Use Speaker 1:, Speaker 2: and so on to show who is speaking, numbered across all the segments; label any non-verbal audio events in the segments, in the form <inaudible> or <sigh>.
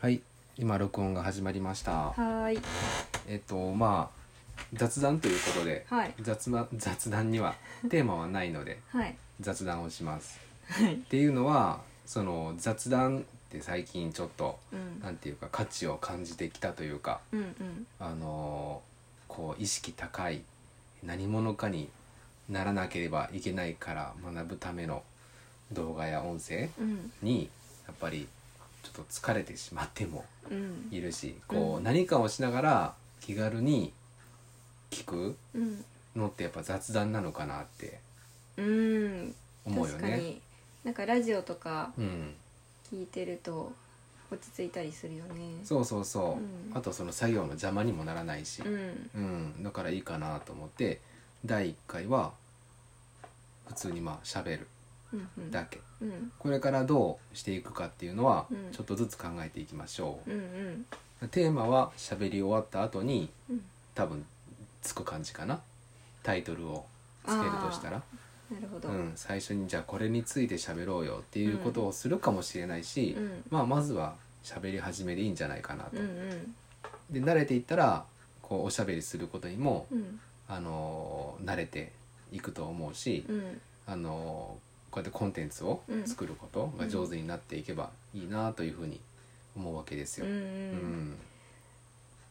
Speaker 1: はい今録音が始まりました
Speaker 2: はーい。
Speaker 1: えっとまあ雑談ということで、
Speaker 2: はい。
Speaker 1: 雑な雑談にはテーマはないの
Speaker 2: <laughs>
Speaker 1: で
Speaker 2: はい。
Speaker 1: 雑談をします
Speaker 2: はい。
Speaker 1: っていうのはその雑談って最近ちょっと
Speaker 2: うん。
Speaker 1: なんていうか価値を感じてきたというか
Speaker 2: うんうん。
Speaker 1: あのーこう意識高い何者かにならなければいけないから学ぶための動画や音声
Speaker 2: うん。
Speaker 1: にやっぱりちょっと疲れてしまっても
Speaker 2: うん。
Speaker 1: いるしこ
Speaker 2: う
Speaker 1: うん何かをしながら気軽に聞く
Speaker 2: うん。
Speaker 1: のってやっぱ雑談なのかなって
Speaker 2: うん。
Speaker 1: 思うよ
Speaker 2: 確か
Speaker 1: ね。
Speaker 2: に。なんかラジオとか
Speaker 1: うん、
Speaker 2: 聞いてると落ち着いたりするよね。
Speaker 1: そうそうそう、
Speaker 2: うん
Speaker 1: あとその作業の邪魔にもならないし、
Speaker 2: うん。
Speaker 1: うん、だからいいかなと思って第1回は普通にまあ喋る
Speaker 2: うんうん。
Speaker 1: だけ
Speaker 2: うん。
Speaker 1: これからどうしていくかっていうのは
Speaker 2: うん
Speaker 1: ちょっとずつ考えていきましょ
Speaker 2: うんうん。
Speaker 1: う、テーマは喋り終わった後に
Speaker 2: うん。
Speaker 1: 多分つく感じかなタイトルをつけるとしたら、
Speaker 2: なるほ
Speaker 1: う
Speaker 2: ど。うん。
Speaker 1: ん、最初にじゃあこれについて喋ろうよっていうことをするかもしれないし、
Speaker 2: うん
Speaker 1: まあまずは喋り始めでいいんじゃないかなと。
Speaker 2: うん。
Speaker 1: で慣れていったらこうおしゃべりすることにも
Speaker 2: うん。
Speaker 1: あのー慣れていくと思うし、
Speaker 2: うん。
Speaker 1: あのーこうやってコンテンツを
Speaker 2: うん
Speaker 1: 作ることが上手になっていけばいいなというふうに思うわけです
Speaker 2: う。
Speaker 1: よ。うんん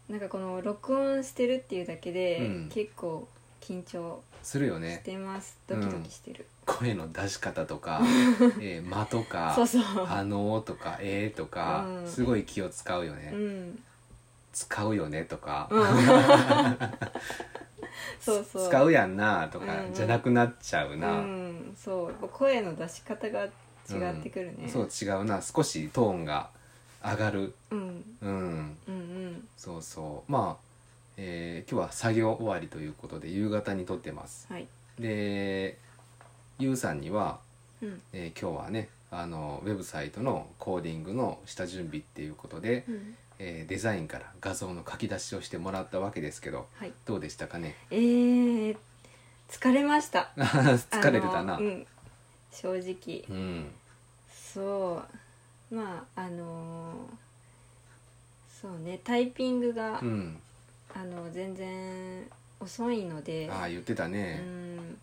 Speaker 2: なんかこの録音してるっていうだけで
Speaker 1: うん
Speaker 2: 結構緊張
Speaker 1: するよ
Speaker 2: し
Speaker 1: ね
Speaker 2: てます。ドキドキしてる。
Speaker 1: 声の出し方と
Speaker 2: <laughs>
Speaker 1: か「えー間」とか
Speaker 2: そうそう。
Speaker 1: 「あのー」とか「えー」とか
Speaker 2: うん
Speaker 1: すごい気を使うよ
Speaker 2: う
Speaker 1: ね
Speaker 2: ん。
Speaker 1: 「使うよね」とか
Speaker 2: うん。そう
Speaker 1: 「
Speaker 2: そう。
Speaker 1: 使うやんな」とか
Speaker 2: うん
Speaker 1: じゃなくなっちゃう
Speaker 2: う、
Speaker 1: なん
Speaker 2: そうやっぱ声の出し方が違ってくるね、
Speaker 1: そう違うな少しトーンが上がる
Speaker 2: うん
Speaker 1: うん
Speaker 2: うんうん
Speaker 1: そうそうまあえー今日は作業終わりということで夕方に撮ってます
Speaker 2: はい
Speaker 1: でゆうさんには、
Speaker 2: うん
Speaker 1: えー今日はねあのウェブサイトのコーディングの下準備っていうことで、
Speaker 2: うん
Speaker 1: えーデザインから画像の書き出しをしてもらったわけですけど
Speaker 2: はい
Speaker 1: どうでしたかね <laughs>
Speaker 2: えー、疲れました
Speaker 1: 疲れてたな
Speaker 2: あのうん正直
Speaker 1: うん
Speaker 2: そうまああのーそうねタイピングが、
Speaker 1: うん
Speaker 2: あの全然遅いので
Speaker 1: ああ言ってた
Speaker 2: う
Speaker 1: ね
Speaker 2: ん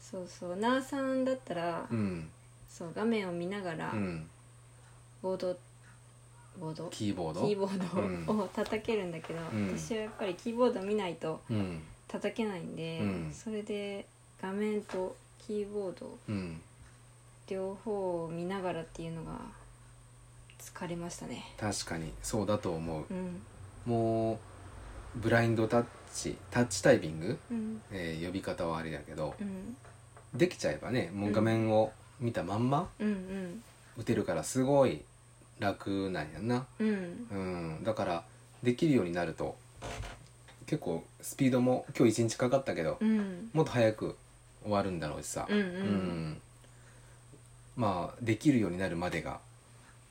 Speaker 2: そうそうナーさんだったら、
Speaker 1: うん
Speaker 2: そう画面を見ながら、
Speaker 1: うん
Speaker 2: ボードボード
Speaker 1: キーボード
Speaker 2: キーボード
Speaker 1: う
Speaker 2: をを叩けるんだけど、
Speaker 1: うん
Speaker 2: 私はやっぱりキーボード見ないと
Speaker 1: うん
Speaker 2: 叩けないんで、
Speaker 1: うん
Speaker 2: それで画面とキーボード
Speaker 1: うん
Speaker 2: 両方を見ながらっていうのが疲れましたね
Speaker 1: 確かにそうだと思う
Speaker 2: うん
Speaker 1: もうブラインドタッチタッチタイピング、
Speaker 2: うん
Speaker 1: えー呼び方はあれだけど
Speaker 2: うん
Speaker 1: できちゃえばねもう画面を見たまんま
Speaker 2: うん
Speaker 1: 打てるからすごい楽なんやな
Speaker 2: うんうん
Speaker 1: うんだからできるようになると結構スピードも今日一日かかったけど、
Speaker 2: うん
Speaker 1: もっと早く終わるんだろうしさ、
Speaker 2: うん
Speaker 1: う
Speaker 2: うん
Speaker 1: んまあできるようになるまでが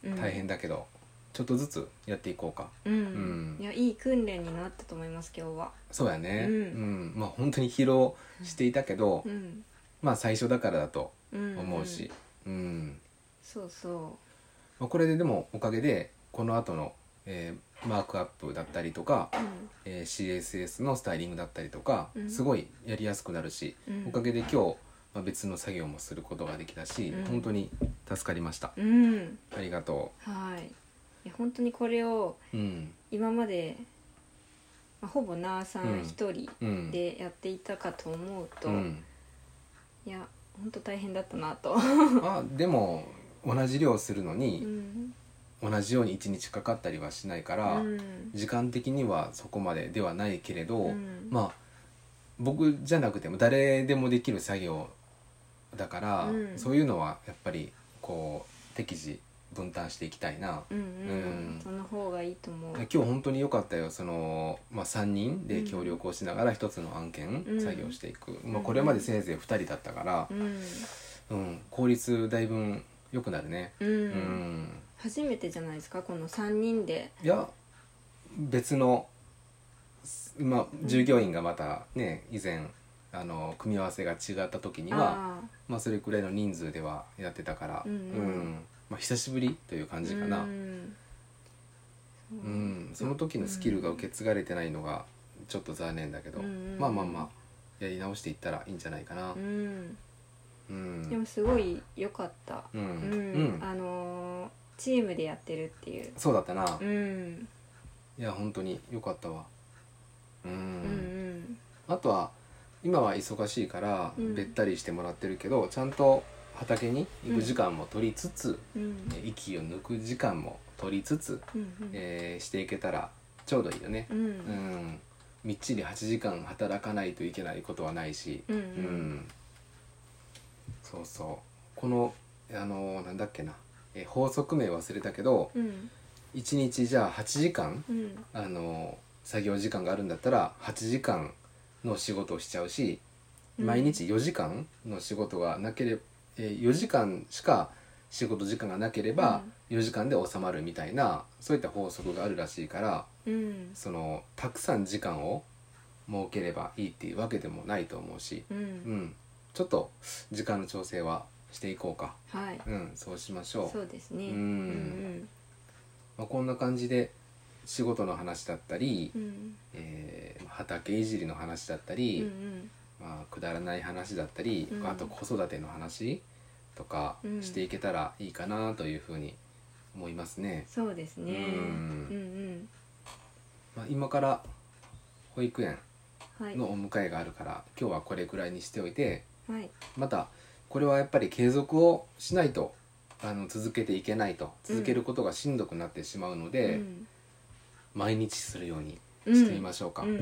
Speaker 2: うん
Speaker 1: 大変だけど、ちょっとずつやっていこうか
Speaker 2: うん、
Speaker 1: うん
Speaker 2: いやいい訓練になったと思います今日は
Speaker 1: そうやね、
Speaker 2: うん
Speaker 1: んまあ本当に疲労していたけど、
Speaker 2: うん
Speaker 1: まあ最初だからだと
Speaker 2: うん
Speaker 1: 思うし、うん
Speaker 2: そうそ
Speaker 1: まあ、これででもおかげでこの後の、えーマークアップだったりとか、
Speaker 2: う
Speaker 1: えー CSS のスタイリングだったりとか、
Speaker 2: うん
Speaker 1: すごいやりやすくなるし、
Speaker 2: うんうん
Speaker 1: おかげで今日、まあ、別の作業もすることができたし、
Speaker 2: うん
Speaker 1: 本当に助かりました
Speaker 2: うん
Speaker 1: ありがと
Speaker 2: はいいや本当にこれを
Speaker 1: ううん
Speaker 2: 今まで、まあ、ほぼなあさ
Speaker 1: うん
Speaker 2: ん一人
Speaker 1: うん
Speaker 2: でやっていたかと思うと、
Speaker 1: うん、
Speaker 2: いや本当大変だったなと、
Speaker 1: あでも同じ量するの
Speaker 2: う
Speaker 1: に、
Speaker 2: ん
Speaker 1: 同じように1日かかったりはしないから、
Speaker 2: うん
Speaker 1: 時間的にはそこまでではないけれど、
Speaker 2: うん
Speaker 1: まあ僕じゃなくても誰でもできる作業だから、
Speaker 2: うん
Speaker 1: そういうのはやっぱりこう適時分担していきたいな、
Speaker 2: うんうん
Speaker 1: うん
Speaker 2: その方がいいと思う
Speaker 1: 今日本当に良かったよその、まあ、3人で
Speaker 2: うん
Speaker 1: 協力をしながら一つの案件
Speaker 2: うん
Speaker 1: 作業していく、まあ、
Speaker 2: うん
Speaker 1: これまでせいぜい2人だったから
Speaker 2: う、ん、
Speaker 1: うん、効率だいぶ良くなるね
Speaker 2: うん
Speaker 1: うん、
Speaker 2: 初めてじゃないですかこの3人で
Speaker 1: いや別の、まあ、従業員がまたね以前あの組み合わせが違った時には
Speaker 2: ああ
Speaker 1: まあ、それくらいの人数ではやってたから、
Speaker 2: うんうん
Speaker 1: まあ、久しぶりという感じかな、
Speaker 2: うん
Speaker 1: うん、その時のスキルが受け継がれてないのがちょっと残念だけど、
Speaker 2: うん
Speaker 1: まあまあまあやり直していったらいいんじゃないかな
Speaker 2: う。ん、
Speaker 1: う
Speaker 2: で
Speaker 1: ん、
Speaker 2: もすごい良かった
Speaker 1: うん、う
Speaker 2: うん、
Speaker 1: ん、
Speaker 2: あのーチームでやってるっていう
Speaker 1: そうだったな。
Speaker 2: うん
Speaker 1: いや本当に良かったわ。うん
Speaker 2: うんうん
Speaker 1: あとは今は忙しいから
Speaker 2: うん
Speaker 1: べったりしてもらってるけど、ちゃんと畑に行く時間も取りつつ、
Speaker 2: うん
Speaker 1: え息を抜く時間も取りつつ、
Speaker 2: うん
Speaker 1: えーしていけたらちょうどいいよね。
Speaker 2: うん
Speaker 1: うん、みっちり8時間働かないといけないことはないし、
Speaker 2: うんう
Speaker 1: うんん、そうそうこのあのなんだっけな、えー法則名忘れたけど
Speaker 2: うん
Speaker 1: 1日じゃあ8時間
Speaker 2: うん
Speaker 1: あの作業時間があるんだったら8時間の仕事をしちゃうし、
Speaker 2: うん
Speaker 1: 毎日4時間の仕事がなければ、えー4時間しか仕事時間がなければ4時間で収まるみたいな、そういった法則があるらしいから
Speaker 2: うん
Speaker 1: そのたくさん時間を設ければいいっていうわけでもないと思うし、
Speaker 2: う
Speaker 1: うんん、ちょっと時間の調整はしていこうか、
Speaker 2: はい
Speaker 1: うん、そうしましょう。
Speaker 2: そうですね
Speaker 1: うん
Speaker 2: うん
Speaker 1: まあ、こんな感じで仕事の話だったり、
Speaker 2: うんうん
Speaker 1: えー畑いじりの話だったり、
Speaker 2: うん
Speaker 1: まあ、くだらない話だったり、
Speaker 2: うん
Speaker 1: あと子育ての話とか
Speaker 2: うん
Speaker 1: していけたらいいかなというふうに思いますね。
Speaker 2: そうですね
Speaker 1: うん
Speaker 2: うん
Speaker 1: まあ、今から保育園
Speaker 2: うんはい
Speaker 1: のお迎えがあるから、今日はこれくらいにしておいて
Speaker 2: はい
Speaker 1: またこれはやっぱり継続をしないとあの続けていけないと続けることがしんどくなってしまうので、
Speaker 2: うん
Speaker 1: 毎日するように
Speaker 2: うん
Speaker 1: してみましょうか。
Speaker 2: うん
Speaker 1: う
Speaker 2: うん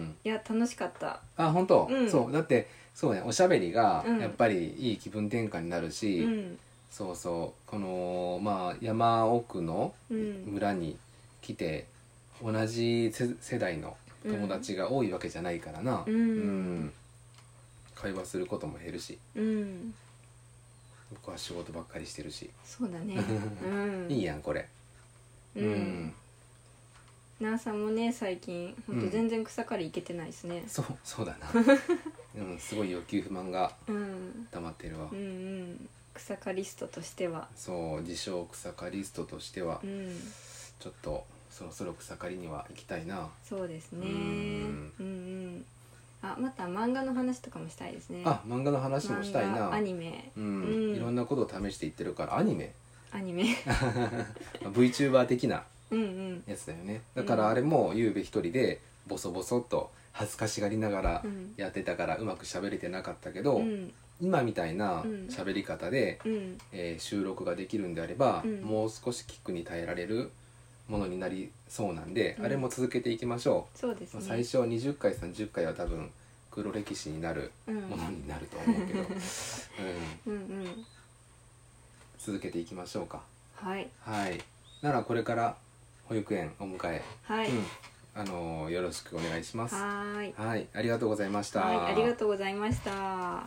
Speaker 1: ん
Speaker 2: いや楽しかった
Speaker 1: あ本当、
Speaker 2: うん
Speaker 1: そうだってそうねおしゃべりが
Speaker 2: うん
Speaker 1: やっぱりいい気分転換になるし、
Speaker 2: うん
Speaker 1: そうそうこのまあ山奥の
Speaker 2: うん
Speaker 1: 村に来て、同じせ世代の友達が多いわけじゃないからな、
Speaker 2: うん
Speaker 1: うん会話することも減るし
Speaker 2: うん
Speaker 1: 僕は仕事ばっかりしてるし、
Speaker 2: そうだねうん
Speaker 1: いいやんこれ
Speaker 2: うん、なあさんもね最近ほん
Speaker 1: う
Speaker 2: と
Speaker 1: ん
Speaker 2: 全然草刈りいけてないですね、
Speaker 1: そうそうだ
Speaker 2: <laughs>
Speaker 1: な、うん、すごい欲求不満が
Speaker 2: うん、
Speaker 1: 溜まってるわ、
Speaker 2: うんうん草刈りストとしては
Speaker 1: そう自称草刈りストとしては、
Speaker 2: うん
Speaker 1: ちょっとそろそろ草刈りには行きたいな、
Speaker 2: そうですね
Speaker 1: う
Speaker 2: うんんうんあまた漫画の話とかもしたいですね
Speaker 1: あ漫画の話もしたい
Speaker 2: 漫
Speaker 1: な
Speaker 2: 画アニメ
Speaker 1: うん
Speaker 2: うん
Speaker 1: いろんなことを試していってるからアニメ <laughs>
Speaker 2: アニメ
Speaker 1: まあ VTuber 的な
Speaker 2: うんうん
Speaker 1: やつだよねだからあれもゆうべ一人でボソボソっと恥ずかしがりながら
Speaker 2: うん
Speaker 1: やってたからうまく喋れてなかったけど、
Speaker 2: うん
Speaker 1: 今みたいな
Speaker 2: うん
Speaker 1: 喋り方で、
Speaker 2: うん
Speaker 1: えー収録ができるんであれば、
Speaker 2: うん
Speaker 1: もう少しキックに耐えられるものになりそうなんで、
Speaker 2: うん
Speaker 1: あれも続けていきましょ
Speaker 2: そうです
Speaker 1: う、
Speaker 2: ね
Speaker 1: 最初20回30回は多分黒歴史になる
Speaker 2: うん
Speaker 1: ものになると思 <laughs> うけど、うん、
Speaker 2: うんうん
Speaker 1: 続けていきましょうか
Speaker 2: はい
Speaker 1: はいならこれから保育園お迎え、
Speaker 2: はい、
Speaker 1: うん、あのーよろしくお願いします
Speaker 2: はーい
Speaker 1: はいありがとうございました
Speaker 2: はいありがとうございました